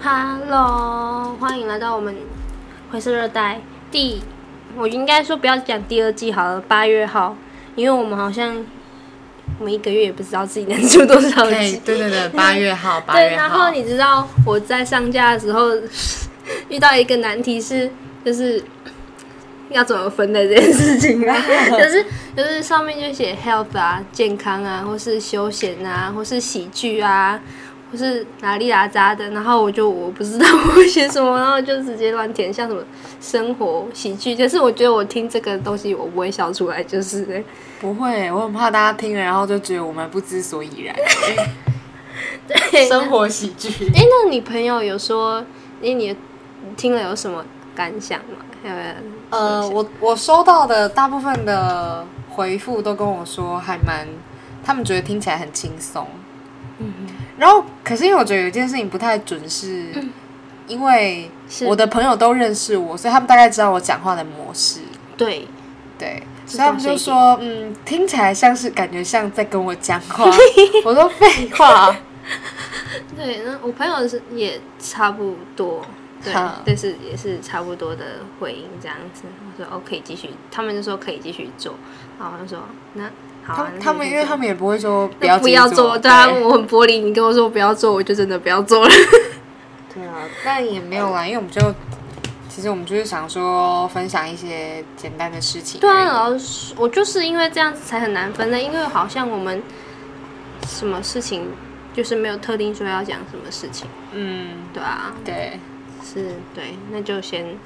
Hello，欢迎来到我们灰色热带第，我应该说不要讲第二季好了，八月号，因为我们好像我们一个月也不知道自己能出多少可以，集。对对 对，八月号，八对，月然号后，你知道我在上架的时候 遇到一个难题是，就是要怎么分类这件事情 啊，就是就是上面就写 health 啊、健康啊，或是休闲啊，或是喜剧啊，或是哪里哪吒的，然后我就我不知道我写什么，然后就直接乱填，像什么生活喜剧，就是我觉得我听这个东西我不会笑出来，就是了不会，我很怕大家听了，然后就觉得我们不知所以然。对。 生活喜剧，哎、那你朋友有说，哎、你听了有什么感想吗？还有没有呃，我我收到的大部分的回复都跟我说还蛮，他们觉得听起来很轻松。嗯然后，可是因为我觉得有一件事情不太准是，因为是我的朋友都认识我，所以他们大概知道我讲话的模式。对，对，知所以他们道谁给就说，嗯，听起来像是感觉像在跟我讲 话。我说废话，对，那我朋友是也差不多，对好，但是也是差不多的回应这样子。我说哦，可以继续，他们就说可以继续做，然后我就说那好他啊、们那他们就因为做他们也不会说不那要不自己要做，对对啊，我很玻璃，你跟我说不要做，我就真的不要做了。对啊，但也没有啦，因为我们就其实我们就是想说分享一些简单的事情而已。对啊，老师，我就是因为这样子才很难分类，因为好像我们什么事情就是没有特定说要讲什么事情，嗯，对啊，对，是，对，那就先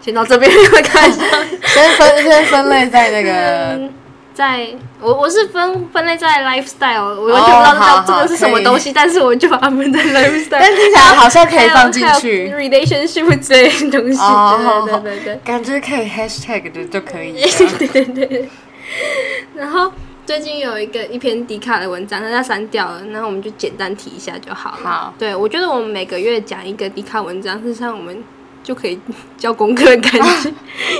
先到这边 看一下。先分先分类在那 个嗯，在我我是分分类在 lifestyle，我完全不知道这好这个哦好是什么可以东西，但是我就把它们在 lifestyle， 但听起来好像可以放进去还有还有，relationship 之类的东西，哦对对对对对。感觉可以 hashtag 的就可以了。 对对对。然后最近有一个一篇迪卡的文章，但它删掉了，然后我们就简单提一下就好了。好对我觉得我们每个月讲一个迪卡文章，事实上我们就可以交功课的感 觉，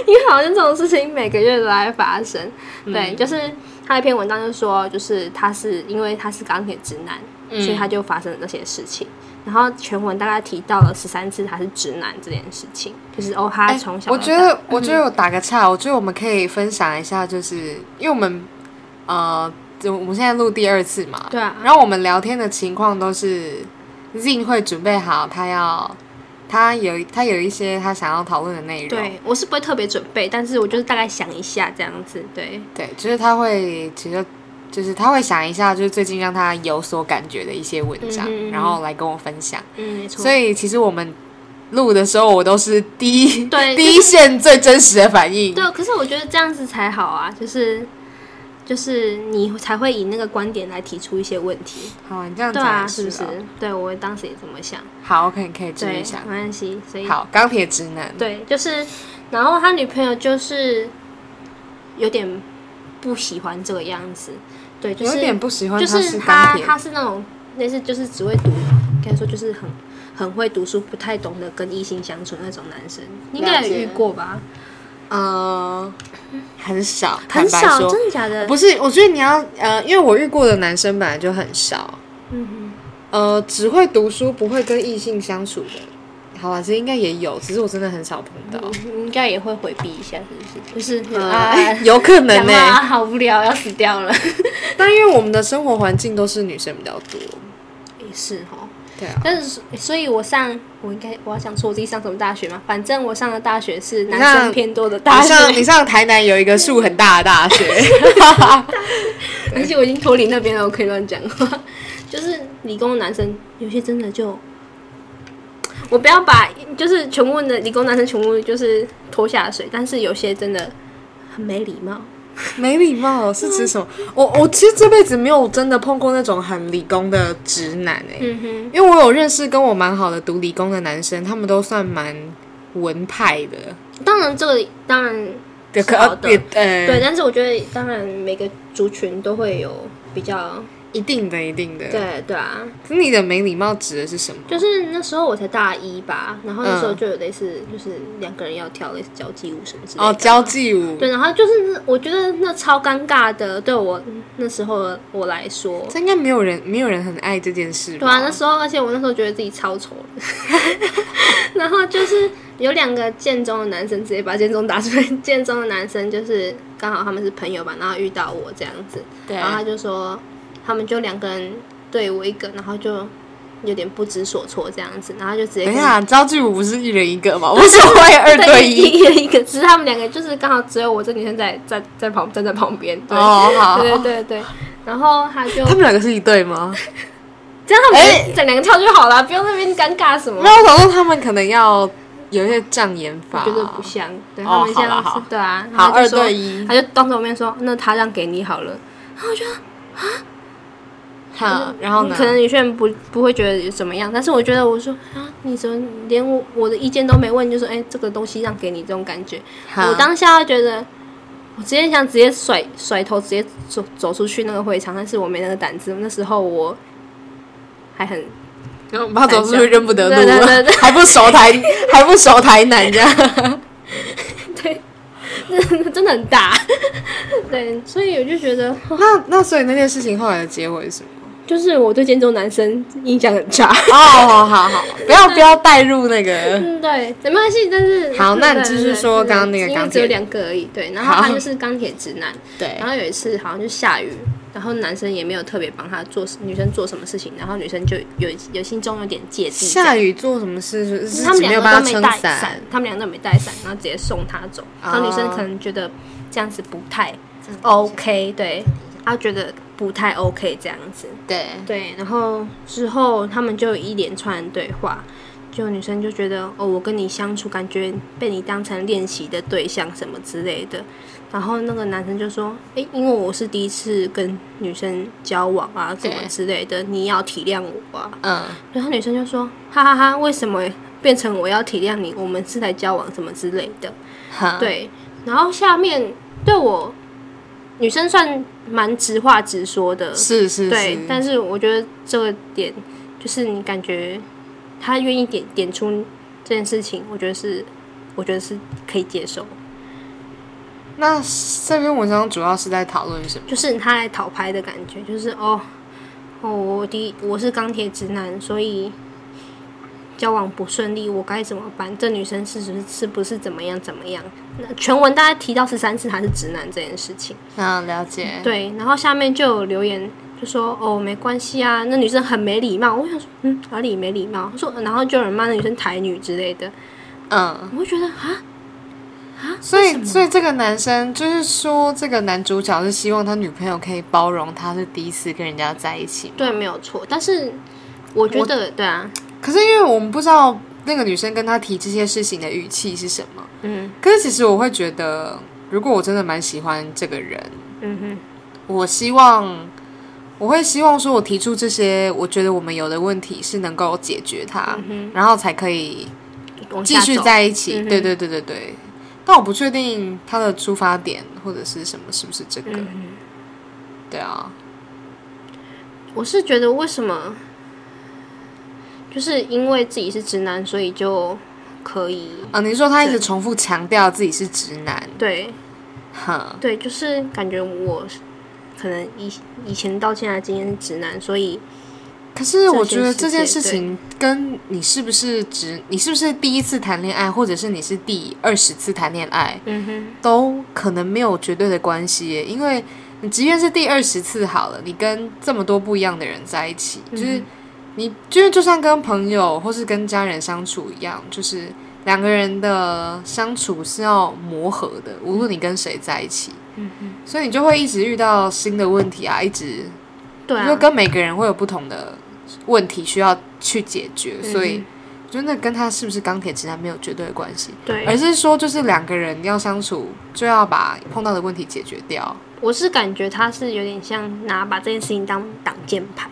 因为好像这种事情每个月都在发生。嗯对，就是他一篇文章就说，就是他是因为他是钢铁直男，嗯所以他就发生了这些事情。然后全文大概提到了十三次他是直男这件事情，就是哦，他哎从小到我大、觉得，我觉得我打个岔，我觉得我们可以分享一下，就是因为我们呃，就我们现在录第二次嘛，对啊然后我们聊天的情况都是 Zin 会准备好，他要他有他有一些他想要讨论的内容，对，我是不会特别准备，但是我就是大概想一下这样子。对，对，就是他会其实就是他会想一下，就是最近让他有所感觉的一些文章，嗯哼然后来跟我分享。嗯，没错。所以其实我们录的时候，我都是第一对 第就一线最真实的反应，对，可是我觉得这样子才好啊，就是就是你才会以那个观点来提出一些问题，好，你这样对讲啊，也是不是啊？对我当时也这么想，好，OK，你可以继对，续没想。关系。所以好，钢铁直男，对，就是，然后他女朋友就是有点不喜欢这个样子，对，就是有点不喜欢就他是钢他铁，他是那种类似就是只会读，应该说就是很很会读书，不太懂得跟异性相处那种男生，你应该也遇过吧？呃，很少，很坦白少，说真的假的？不是，我觉得你要呃，因为我遇过的男生本来就很少，嗯呃，只会读书不会跟异性相处的，好吧，其实应该也有，只是我真的很少碰到哼，，你应该也会回避一下，是不 是？就是啊啊，， 有可能欸讲呢、话啊好无聊，要死掉了。 但因为我们的生活环境都是女生比较多，也是哦。对啊，但是，所以我上，我应该我要想说我自己上什么大学嘛？反正我上的大学是男看生偏多的大你学，上你上台南有一个树很大的大学， 而且我已经脱离那边了，我可以乱讲话。就是理工的男生，有些真的就，我不要把就是全部的理工男生全部就是拖下水，但是有些真的很没礼貌。没礼貌是指什么？我我其实这辈子没有真的碰过那种很理工的直男哎、嗯哼，因为我有认识跟我蛮好的读理工的男生，他们都算蛮文派的，当然这个当然对，可好的呃也呃对，但是我觉得当然每个族群都会有比较一定的，一定的。，对对啊，可是你的没礼貌指的是什么？就是那时候我才大一吧，然后那时候嗯就有类似就是两个人要跳类似交际舞什么之类的。哦，交际舞，对，然后就是我觉得那超尴尬的，对我那时候的我来说，这应该没有人，没有人很爱这件事吧。对啊，那时候，而且我那时候觉得自己超丑的， 然后就是有两个建中的男生直接把建中打出来，建中的男生就是刚好他们是朋友吧，然后遇到我这样子，对然后他就说他们就两个人对我一个，然后就有点不知所措这样子，然后就直接等跟一下，交际舞不是一人一个吗？我所谓二对一。一人一个，只是他们两个就是刚好只有我这女生在在在旁站在旁边，对、哦，好，对对对，然后他就他们两个是一对吗？这样他们哎就整两个跳就好了，不用那边尴尬什么没。有，我想说他们可能要有一些障眼法。觉得不像，对、哦他们像好啦是好对啊，然好后他就二说对一他就当着我面说，那他让给你好了。哈，然后呢？可能有些人不不会觉得怎么样，但是我觉得我说啊，你怎么连我我的意见都没问，就说哎、这个东西让给你这种感觉，哈我当下觉得。我直接想直接甩甩头，直接走走出去那个会场，但是我没那个胆子。那时候我还很然后我们怕走出去认不得路，啊对对对对 还不熟台，还不熟台南这样。对， 真的很大，对，所以我就觉得 那那所以那件事情后来的结尾是什么？就是我对建中男生印象很差。 哦，好好，不要不要带入那个。嗯，对，没关系，但是好那你对继续对对说对刚刚那个因为钢只有铁两个而已，对，然后好他就是钢铁直男，对然，后有一次好像就下雨，然后男生也没有特别帮他做女生做什么事情，然后女生就有有心中有点芥蒂这样，下雨做什么事？是嗯他们没有两帮个他都没撑带伞。，他们两个都没带伞，然后直接送他走，然后女生哦可能觉得这样子不太哦 OK，对，她觉得不太 OK 这样子，对，对，然后之后他们就有一连串的对话，就女生就觉得哦，我跟你相处感觉被你当成练习的对象什么之类的。然后那个男生就说：“诶，因为我是第一次跟女生交往啊，什么对之类的，你要体谅我啊。嗯，”然后女生就说：“哈哈哈为什么变成我要体谅你？我们是来交往什么之类的。”好，对，然后下面对我女生算蛮直话直说的，是是对是，，但是我觉得这个点就是你感觉他愿意点点出这件事情，我觉得是，我觉得是可以接受。那这篇文章主要是在讨论什么？就是他来讨拍的感觉，就是哦哦，我第我是钢铁直男，所以交往不顺利，我该怎么办？这女生是是是不是怎么样怎么样？那全文大概提到十三次他是直男这件事情。啊，了解。对，然后下面就有留言就说哦没关系啊，那女生很没礼貌。我想说嗯哪里没礼貌？说然后就有人骂那女生台女之类的，嗯，我会觉得啊所以所以这个男生就是说，这个男主角是希望他女朋友可以包容他是第一次跟人家在一起。对没有错，但是我觉得对啊可是因为我们不知道那个女生跟他提这些事情的语气是什么。嗯可是其实我会觉得，如果我真的蛮喜欢这个人，嗯哼我希望我会希望说，我提出这些我觉得我们有的问题是能够解决它，然后才可以往继下续走在一起。嗯哼对对对对对。但我不确定他的出发点或者是什么是不是这个。嗯哼。对啊，我是觉得为什么，就是因为自己是直男，所以就可以啊，你说他一直重复强调自己是直男，对哼，对，就是感觉我可能以以前到现在今天是直男，所以可是我这些觉得事这件情事情跟你是不是直，你是不是第一次谈恋爱，或者是你是第二十次谈恋爱，嗯哼，都可能没有绝对的关系耶，因为你即便是第二十次好了，你跟这么多不一样的人在一起，嗯就是你就是就算跟朋友或是跟家人相处一样，就是两个人的相处是要磨合的，无论你跟谁在一起，所以你就会一直遇到新的问题啊，一直对就啊，跟每个人会有不同的问题需要去解决，嗯所以我觉得那跟他是不是钢铁直男没有绝对的关系。对，而是说就是两个人要相处，就要把碰到的问题解决掉。我是感觉他是有点像拿把这件事情当挡箭牌，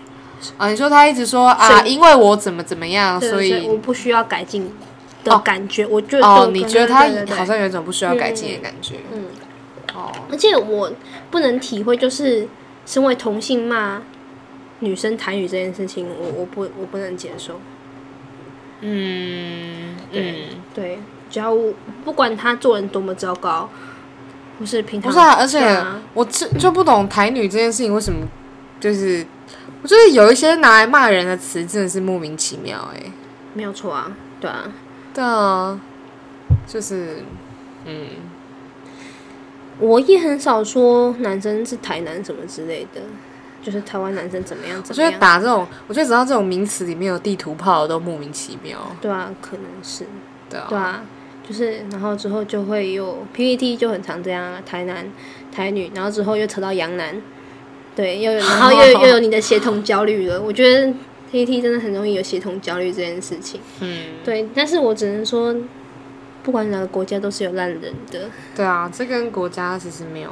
啊，你说他一直说啊，嗯所因为我怎么怎么样，对啊所以我以不需要改进的哦感觉，我觉得哦，对你对觉得对他对对好像有一种不需要改进的感觉。嗯，哦，而且我不能体会，就是身为同性骂女生谈语这件事情，我我不我不能接受。嗯嗯，对嗯，对，只要我不管他做人多么糟糕，或是平常不是啊，而且对啊我这就不懂台女这件事情为什么，就是我觉得有一些拿来骂人的词真的是莫名其妙哎、没有错啊，对啊，对啊，就是嗯，我也很少说男生是台南什么之类的，就是台湾男生怎么样我怎么觉得样，打这种，我觉得只要这种名词里面有地图炮的都莫名其妙，对啊，可能是对啊，对啊，就是然后之后就会有 PPT 就很常这样啊，台南台女，然后之后又扯到洋男，对，又有然后 又又有你的协同焦虑了，我觉得 PPT 真的很容易有协同焦虑这件事情，嗯，对，但是我只能说，不管哪个国家都是有烂人的，对啊，这跟国家其实没有。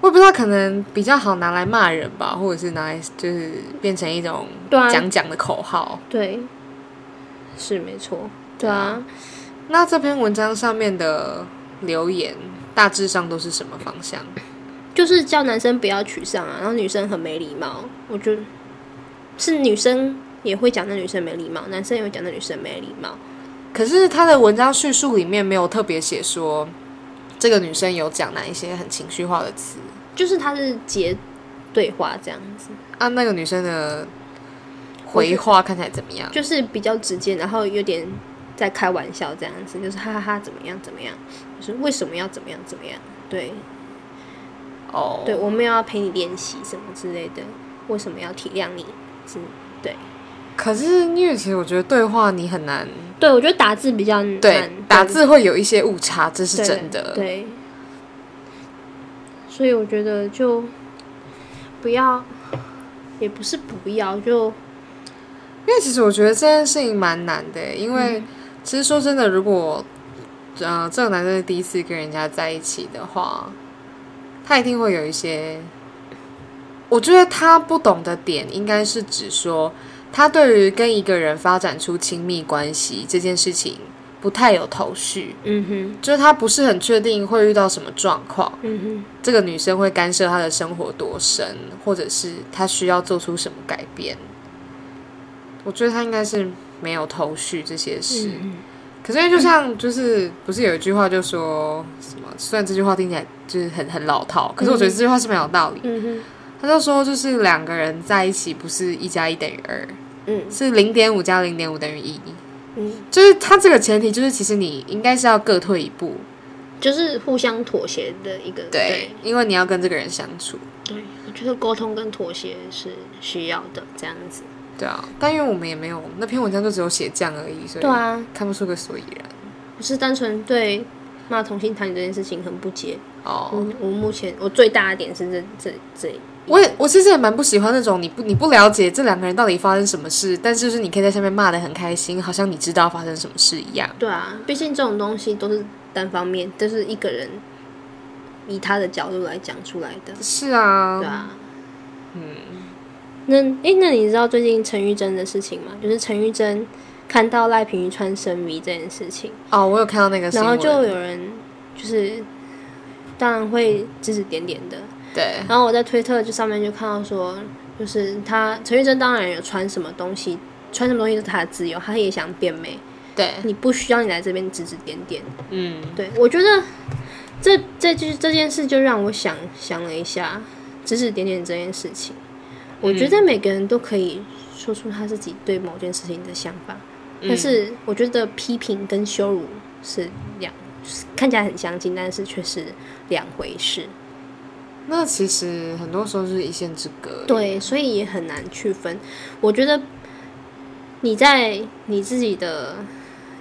我也不知道，可能比较好拿来骂人吧，或者是拿来就是变成一种对啊讲讲的口号。对，是没错，对啊，那这篇文章上面的留言大致上都是什么方向？就是叫男生不要沮丧啊，然后女生很没礼貌，我觉得是女生也会讲那女生没礼貌，男生也会讲那女生没礼貌。可是他的文章叙述里面没有特别写说这个女生有讲哪一些很情绪化的词就是他是截对话这样子，啊，那个女生的回话看起来怎么样？就是比较直接，然后有点在开玩笑这样子，就是哈哈哈怎么样怎么样，就是为什么要怎么样怎么样，对哦，对，我没有要陪你练习什么之类的，为什么要体谅你？是，对可是因为其实我觉得对话你很难对，我觉得打字比较难，对打字会有一些误差，这是真的。对，所以我觉得就不要，也不是不要，就因为其实我觉得这件事情蛮难的，因为嗯其实说真的，如果呃这个男生是第一次跟人家在一起的话，他一定会有一些，我觉得他不懂的点，应该是指说他对于跟一个人发展出亲密关系这件事情不太有头绪，嗯哼，就是他不是很确定会遇到什么状况，嗯这个女生会干涉他的生活多深，或者是他需要做出什么改变。我觉得他应该是没有头绪这些哼，事。嗯可是就像就是不是有一句话就说什么？虽然这句话听起来就是很很老套，可是我觉得这句话是蛮有道理。嗯哼，他就说就是两个人在一起不是一加一等于二，嗯是零点五加零点五等于一。嗯。就是他这个前提就是其实你应该是要各退一步，就是互相妥协的一个对，因为你要跟这个人相处。对对，我觉得沟通跟妥协是需要的，这样子。对啊，但因为我们也没有那篇文章就只有写这样而已，所以对啊，看不出个所以然。我是单纯对骂同性谈恋这件事情很不解。哦，嗯，我目前我最大的点是这这这，我也我其实也蛮不喜欢那种你不你不了解这两个人到底发生什么事，但是就是你可以在下面骂的很开心，好像你知道发生什么事一样。对啊，毕竟这种东西都是单方面，都、是一个人以他的角度来讲出来的，是啊，对啊。嗯，那诶，那你知道最近陈玉珍的事情吗？就是陈玉珍看到赖品妤穿深 V 这件事情。哦，我有看到那个新然闻，后就有人就是当然会指指点点的。对，然后我在推特就上面就看到说，就是他陈玉珍当然有穿什么东西，穿什么东西是他的自由，他也想变美，对，你不需要你来这边指指点点。嗯，对我觉得这这就是这件事就让我想想了一下指指点点这件事情，我觉得每个人都可以说出他自己对某件事情的想法。但是我觉得批评跟羞辱是两，是看起来很相近，但是却是两回事。那其实很多时候是一线之隔。，对，所以也很难区分。我觉得你在你自己的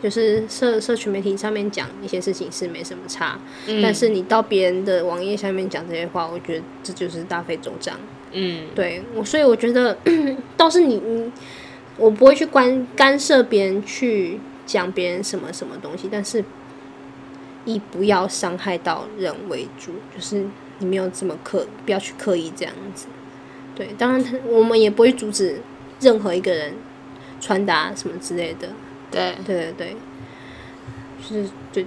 就是社社群媒体上面讲一些事情是没什么差，嗯但是你到别人的网页下面讲这些话，我觉得这就是大费周章。嗯，对我，所以我觉得倒是你你，我不会去干干涉别人去讲别人什么什么东西，但是以不要伤害到人为主，就是你没有这么刻，不要去刻意这样子。对，当然他我们也不会阻止任何一个人传达什么之类的。对，对对对，就是对，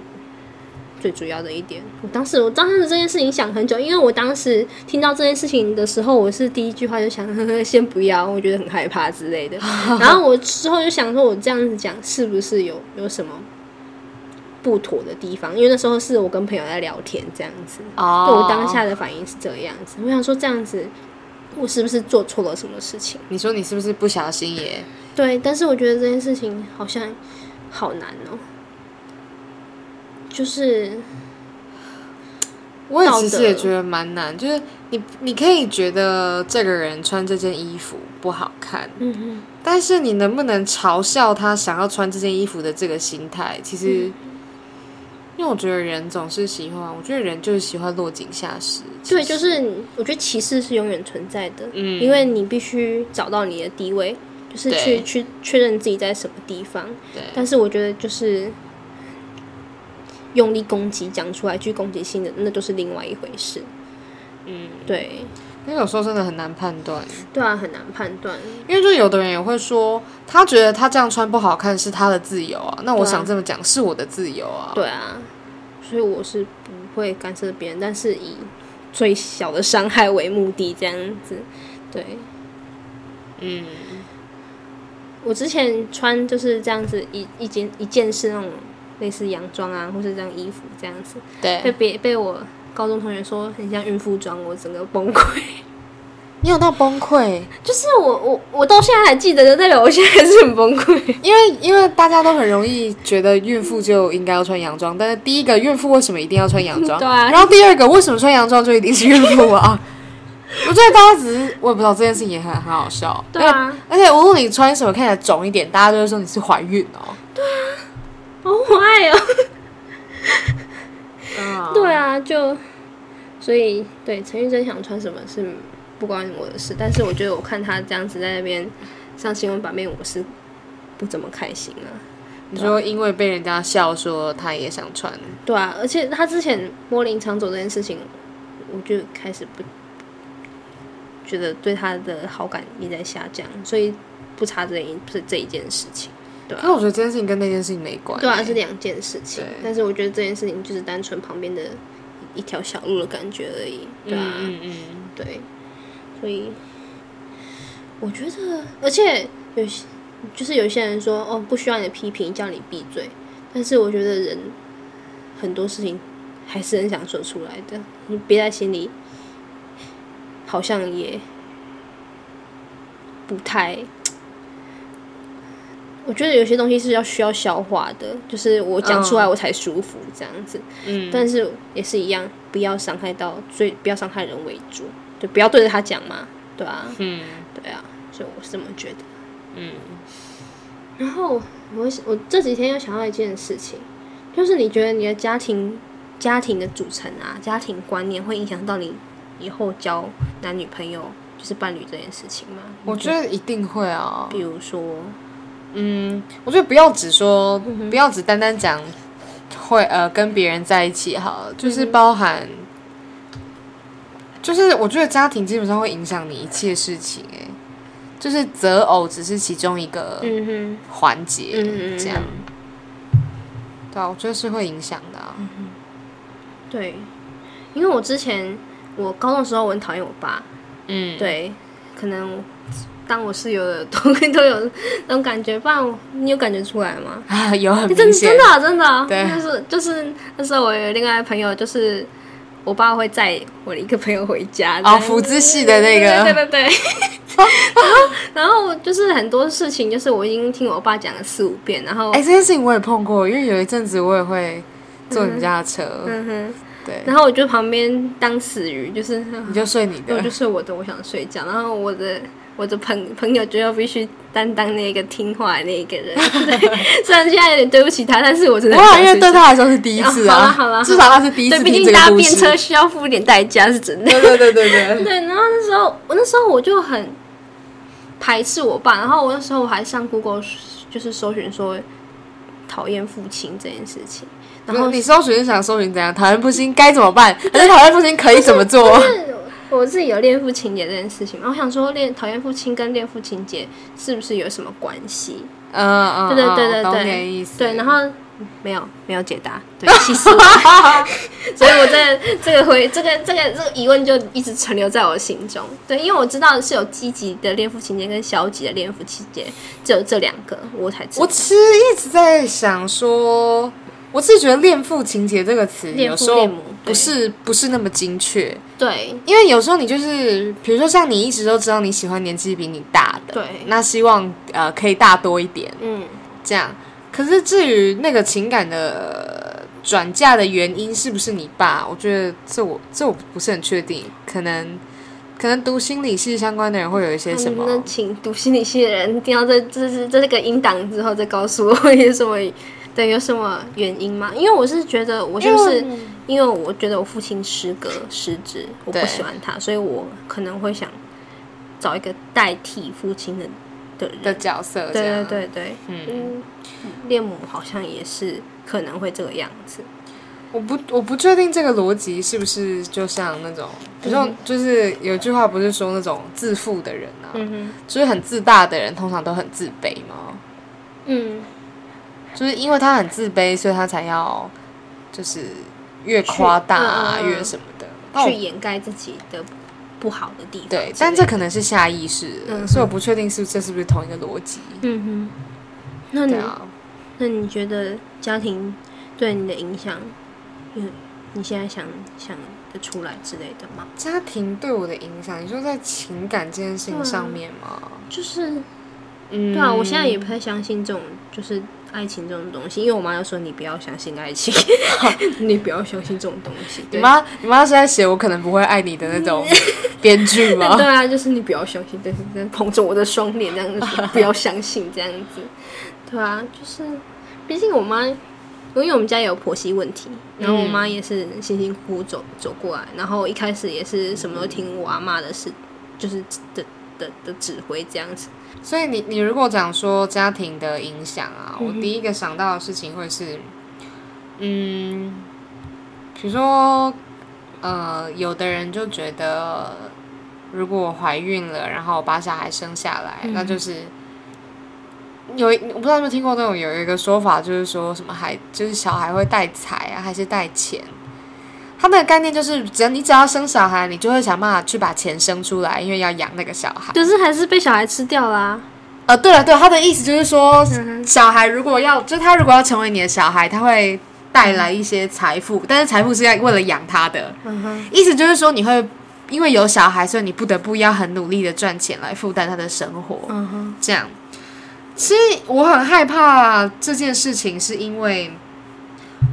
最主要的一点。我当时我当时这件事情想很久，因为我当时听到这件事情的时候，我是第一句话就想 呵呵，先不要，我觉得很害怕之类的。然后我之后就想说，我这样子讲是不是有有什么不妥的地方？因为那时候是我跟朋友在聊天这样子，对哦我当下的反应是这样子。我想说这样子，我是不是做错了什么事情？你说你是不是不小心也？对，但是我觉得这件事情好像好难哦，就是我也道其实德也觉得蛮难，就是你你可以觉得这个人穿这件衣服不好看，嗯嗯，但是你能不能嘲笑他想要穿这件衣服的这个心态？其实，因为我觉得人总是喜欢，我觉得人就是喜欢落井下石。对，其就实是你我觉得歧视是永远存在的，嗯因为你必须找到你的地位，就是对去去确认自己在什么地方。对，但是我觉得就是用力攻击讲出来去攻击性的，那就是另外一回事。嗯，对，因为有时候真的很难判断，对啊，很难判断。因为就有的人也会说，他觉得他这样穿不好看是他的自由啊，那我对啊想这么讲是我的自由啊。对啊，所以我是不会干涉别人，但是以最小的伤害为目的，这样子。对嗯，我之前穿就是这样子一一件一件是那种类似洋装啊，或是这样衣服这样子，被对，别被我高中同学说很像孕妇装，我整个崩溃。你有到崩溃，就是我我我到现在还记得，就代表我现在还是很崩溃。因为因为大家都很容易觉得孕妇就应该要穿洋装，但是第一个孕妇为什么一定要穿洋 装？对啊然后第二个为什么穿洋装就一定是孕妇啊？ 我觉得大家只是我也不知道这件事情也很很好笑。哎对啊，而且无论你穿什么看起来肿一点，大家都会说你是怀孕哦。好可爱哦。嗯，对啊，就所以对陈玉珍想穿什么是不关我的事，但是我觉得我看她这样子在那边上新闻版面，我是不怎么开心啊。你说因为被人家笑说她也想穿，对啊，而且她之前摸林长走这件事情，我就开始不觉得对她的好感也在下降，所以不差这一这这一件事情。对啊可是我觉得这件事情跟那件事情没关、对啊，是两件事情对。但是我觉得这件事情就是单纯旁边的一条小路的感觉而已。对啊，嗯嗯嗯，对，所以我觉得，而且有些就是有些人说哦，不需要你的批评，叫你闭嘴。但是我觉得人很多事情还是很想说出来的，你憋在心里，好像也不太。我觉得有些东西是要需要消化的，就是我讲出来我才舒服这样子。嗯但是也是一样，不要伤害到最不要伤害人为主，对，不要对着他讲嘛，对啊，嗯对啊，所以我是这么觉得。嗯，然后我我这几天又想到一件事情，就是你觉得你的家庭家庭的组成啊，家庭观念会影响到你以后交男女朋友就是伴侣这件事情吗？我觉得一定会啊。比如说，嗯，我觉得不要只说，嗯不要只单单讲会呃跟别人在一起哈，嗯就是包含，就是我觉得家庭基本上会影响你一切事情、欸，就是择偶只是其中一个嗯哼，环节，嗯嗯嗯这样，对啊，我觉得是会影响的、啊，对，因为我之前我高中的时候我很讨厌我爸，嗯，对，可能当我室友的都都有那种感觉，不然我你有感觉出来吗？啊， 有很真明显真的，啊、真的啊、对就是就是那时候我有另外一个朋友，就是我爸会载我的一个朋友回家，这哦，样福之系的那个，对对对对。 然后然后就是很多事情，就是我已经听我爸讲了四五遍，然后、哎、这件事情我也碰过，因为有一阵子我也会坐你家的车，嗯哼，对，然后我就旁边当死鱼，就是啊你就睡你我的就，睡我的，我想睡觉。然后我的我的朋朋友就要必须担当那个听话的那一个人， 对虽然现在有点对不起他，但是我真的我很好想像啊因睡为觉。对他来说是第一次哦好啊，啦好啦至少他是第一对，次毕听竟这个搭故便事。车需要付一点代价是真的。对对对对 对，对，然后那时候我那时候我就很排斥我爸，然后我那时候我还上 Google 就是搜寻说讨厌父亲这件事情，然 然后后你搜寻是想搜寻怎样，讨厌不行该怎么办，还是讨厌不行可以怎么 做？我自己有恋父情节这件事情嘛，我想说恋讨厌父亲跟恋父情节是不是有什么关系？嗯嗯，对对对嗯对懂对，你的意思。对，然后没有没有解答， 对，气死我！ 所以我在这个回这个这个这个疑问就一直存留在我心中。对，因为我知道是有积极的恋父情节跟消极的恋父情节，只有这两个我才知我道。其实一直在想说，我自己觉得“恋父情节”这个词恋有父时候恋母不是不是那么精确，对因为有时候你就是，比如说像你一直都知道你喜欢年纪比你大的，对那希望呃可以大多一点嗯，这样。可是至于那个情感的呃转嫁的原因是不是你爸，我觉得这我这我不是很确定，可能可能读心理系相关的人会有一些什嗯么。那请读心理系的人听到这这这这个音档之后，再告诉我 有什么对有什么原因吗？因为我是觉得我就是因为因为我觉得我父亲失格失职，我对不喜欢他，所以我可能会想找一个代替父亲的的人。的角色，这对对样对对，嗯，嗯，恋母好像也是可能会这个样子。我不我不确定这个逻辑是不是就像那种，嗯比如说就是有句话不是说那种自负的人啊，嗯就是很自大的人通常都很自卑吗？哼，嗯，就是因为他很自卑，所以他才要就是越夸大啊，去嗯嗯嗯越什么的。那去我掩盖自己的不好的地方之类对的。，但这可能是下意识的，嗯嗯所以我不确定是不是这是不是同一个逻辑。嗯哼，那你对啊，那你觉得家庭对你的影响，嗯，你现在想想得出来之类的吗？家庭对我的影响，你说在情感这件事情对啊上面吗？就是嗯，对啊，我现在也不太相信这种就是爱情这种东西，因为我妈就说你不要相信爱情， 你不要相信这种东西。你对妈，你妈是在写我可能不会爱你的那 种编剧吗对？啊，就是你不要相信，但是但捧着我的双脸这样子 说，不要相信这样子。对啊，就是，毕竟我妈，因为我们家也有婆媳问题，然后我妈也是辛辛苦苦走走过来，然后一开始也是什么都听我阿妈的事，就是的的的指挥这样子。所以你你如果讲说家庭的影响啊，嗯我哼第一个想到的事情会是，嗯，比如说，呃，有的人就觉得，如果我怀孕了，然后我把小孩生下来，嗯那就是。有一，我不知道有没有听过那种有一个说法，就是说什么孩，就是小孩会带财啊，还是带钱？他们的概念就是，只要你只要生小孩，你就会想办法去把钱生出来，因为要养那个小孩。可是还是被小孩吃掉啦、呃，对了，对，他的意思就是说，嗯小孩如果要，就他如果要成为你的小孩，他会带来一些财富，但是财富是要为了养他的，嗯哼，意思就是说你会因为有小孩，所以你不得不要很努力的赚钱来负担他的生活，嗯哼，这样。其实我很害怕这件事情，是因为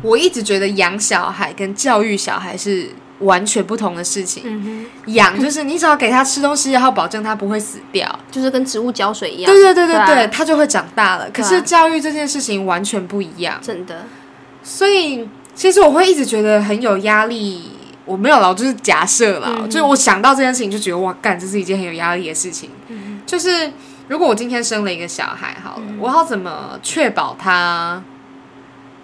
我一直觉得养小孩跟教育小孩是完全不同的事情。嗯哼，养就是你只要给他吃东西，然后保证他不会死掉。就是跟植物浇水一样。对对对对对，对啊他就会长大了。可对是啊教育这件事情完全不一样，真的，所以其实我会一直觉得很有压力。我没有啦，我就是假设啦，嗯哼就是我想到这件事情就觉得哇，干，这是一件很有压力的事情。嗯就是如果我今天生了一个小孩，好了，我要怎么确保他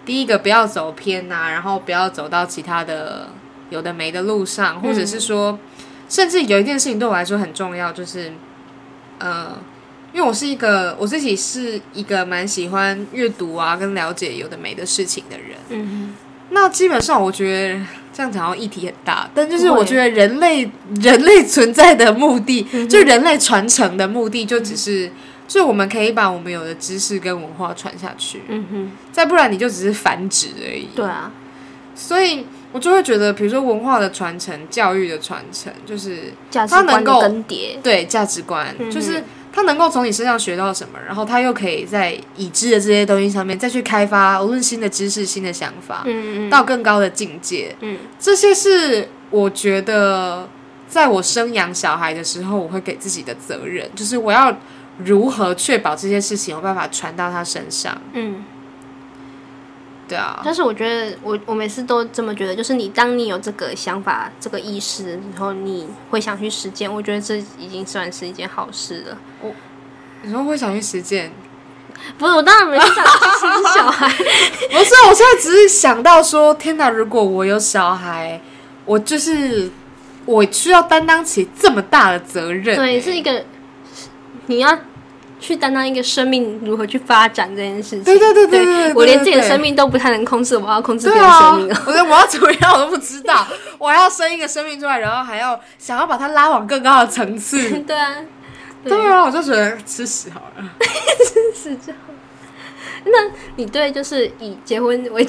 第一个不要走偏呐、然后不要走到其他的有的没的路上，或者嗯是说，甚至有一件事情对我来说很重要，就是呃，因为我是一个我自己是一个蛮喜欢阅读啊跟了解有的没的事情的人。嗯那基本上，我觉得这样讲到议题很大，但就是不会我觉得人类人类存在的目的，嗯就人类传承的目的，就只是，就我们可以把我们有的知识跟文化传下去，哼，嗯哼，再不然你就只是繁殖而已。对啊，所以我就会觉得，比如说文化的传承、教育的传承，就是价值它能观的够更迭。对价值观，嗯就是他能够从你身上学到什么，然后他又可以在已知的这些东西上面再去开发，无论新的知识、新的想法，嗯嗯到更高的境界。嗯，这些是我觉得在我生养小孩的时候，我会给自己的责任，就是我要如何确保这些事情有办法传到他身上。嗯。对啊，但是我觉得我我每次都这么觉得，就是你当你有这个想法、这个意识的时候，你会想去实践，我觉得这已经算是一件好事了。你说会想去实践？不是，我当然没想去生小 孩，不是，我现在只是想到说，天哪！如果我有小孩，我就是我需要担当起这么大的责任、对，欸是一个你要去担当一个生命如何去发展这件事情。对对对对对对对我连自己的对生命都不太能控制，我要控制别对人啊，生命我 哦。说我要怎么样我都不知道，我要生一个生命出来，然后还要想要把它拉往更高的层次。 对啊， 对啊，我就觉得吃屎好了。是这样。那你对就是以结婚为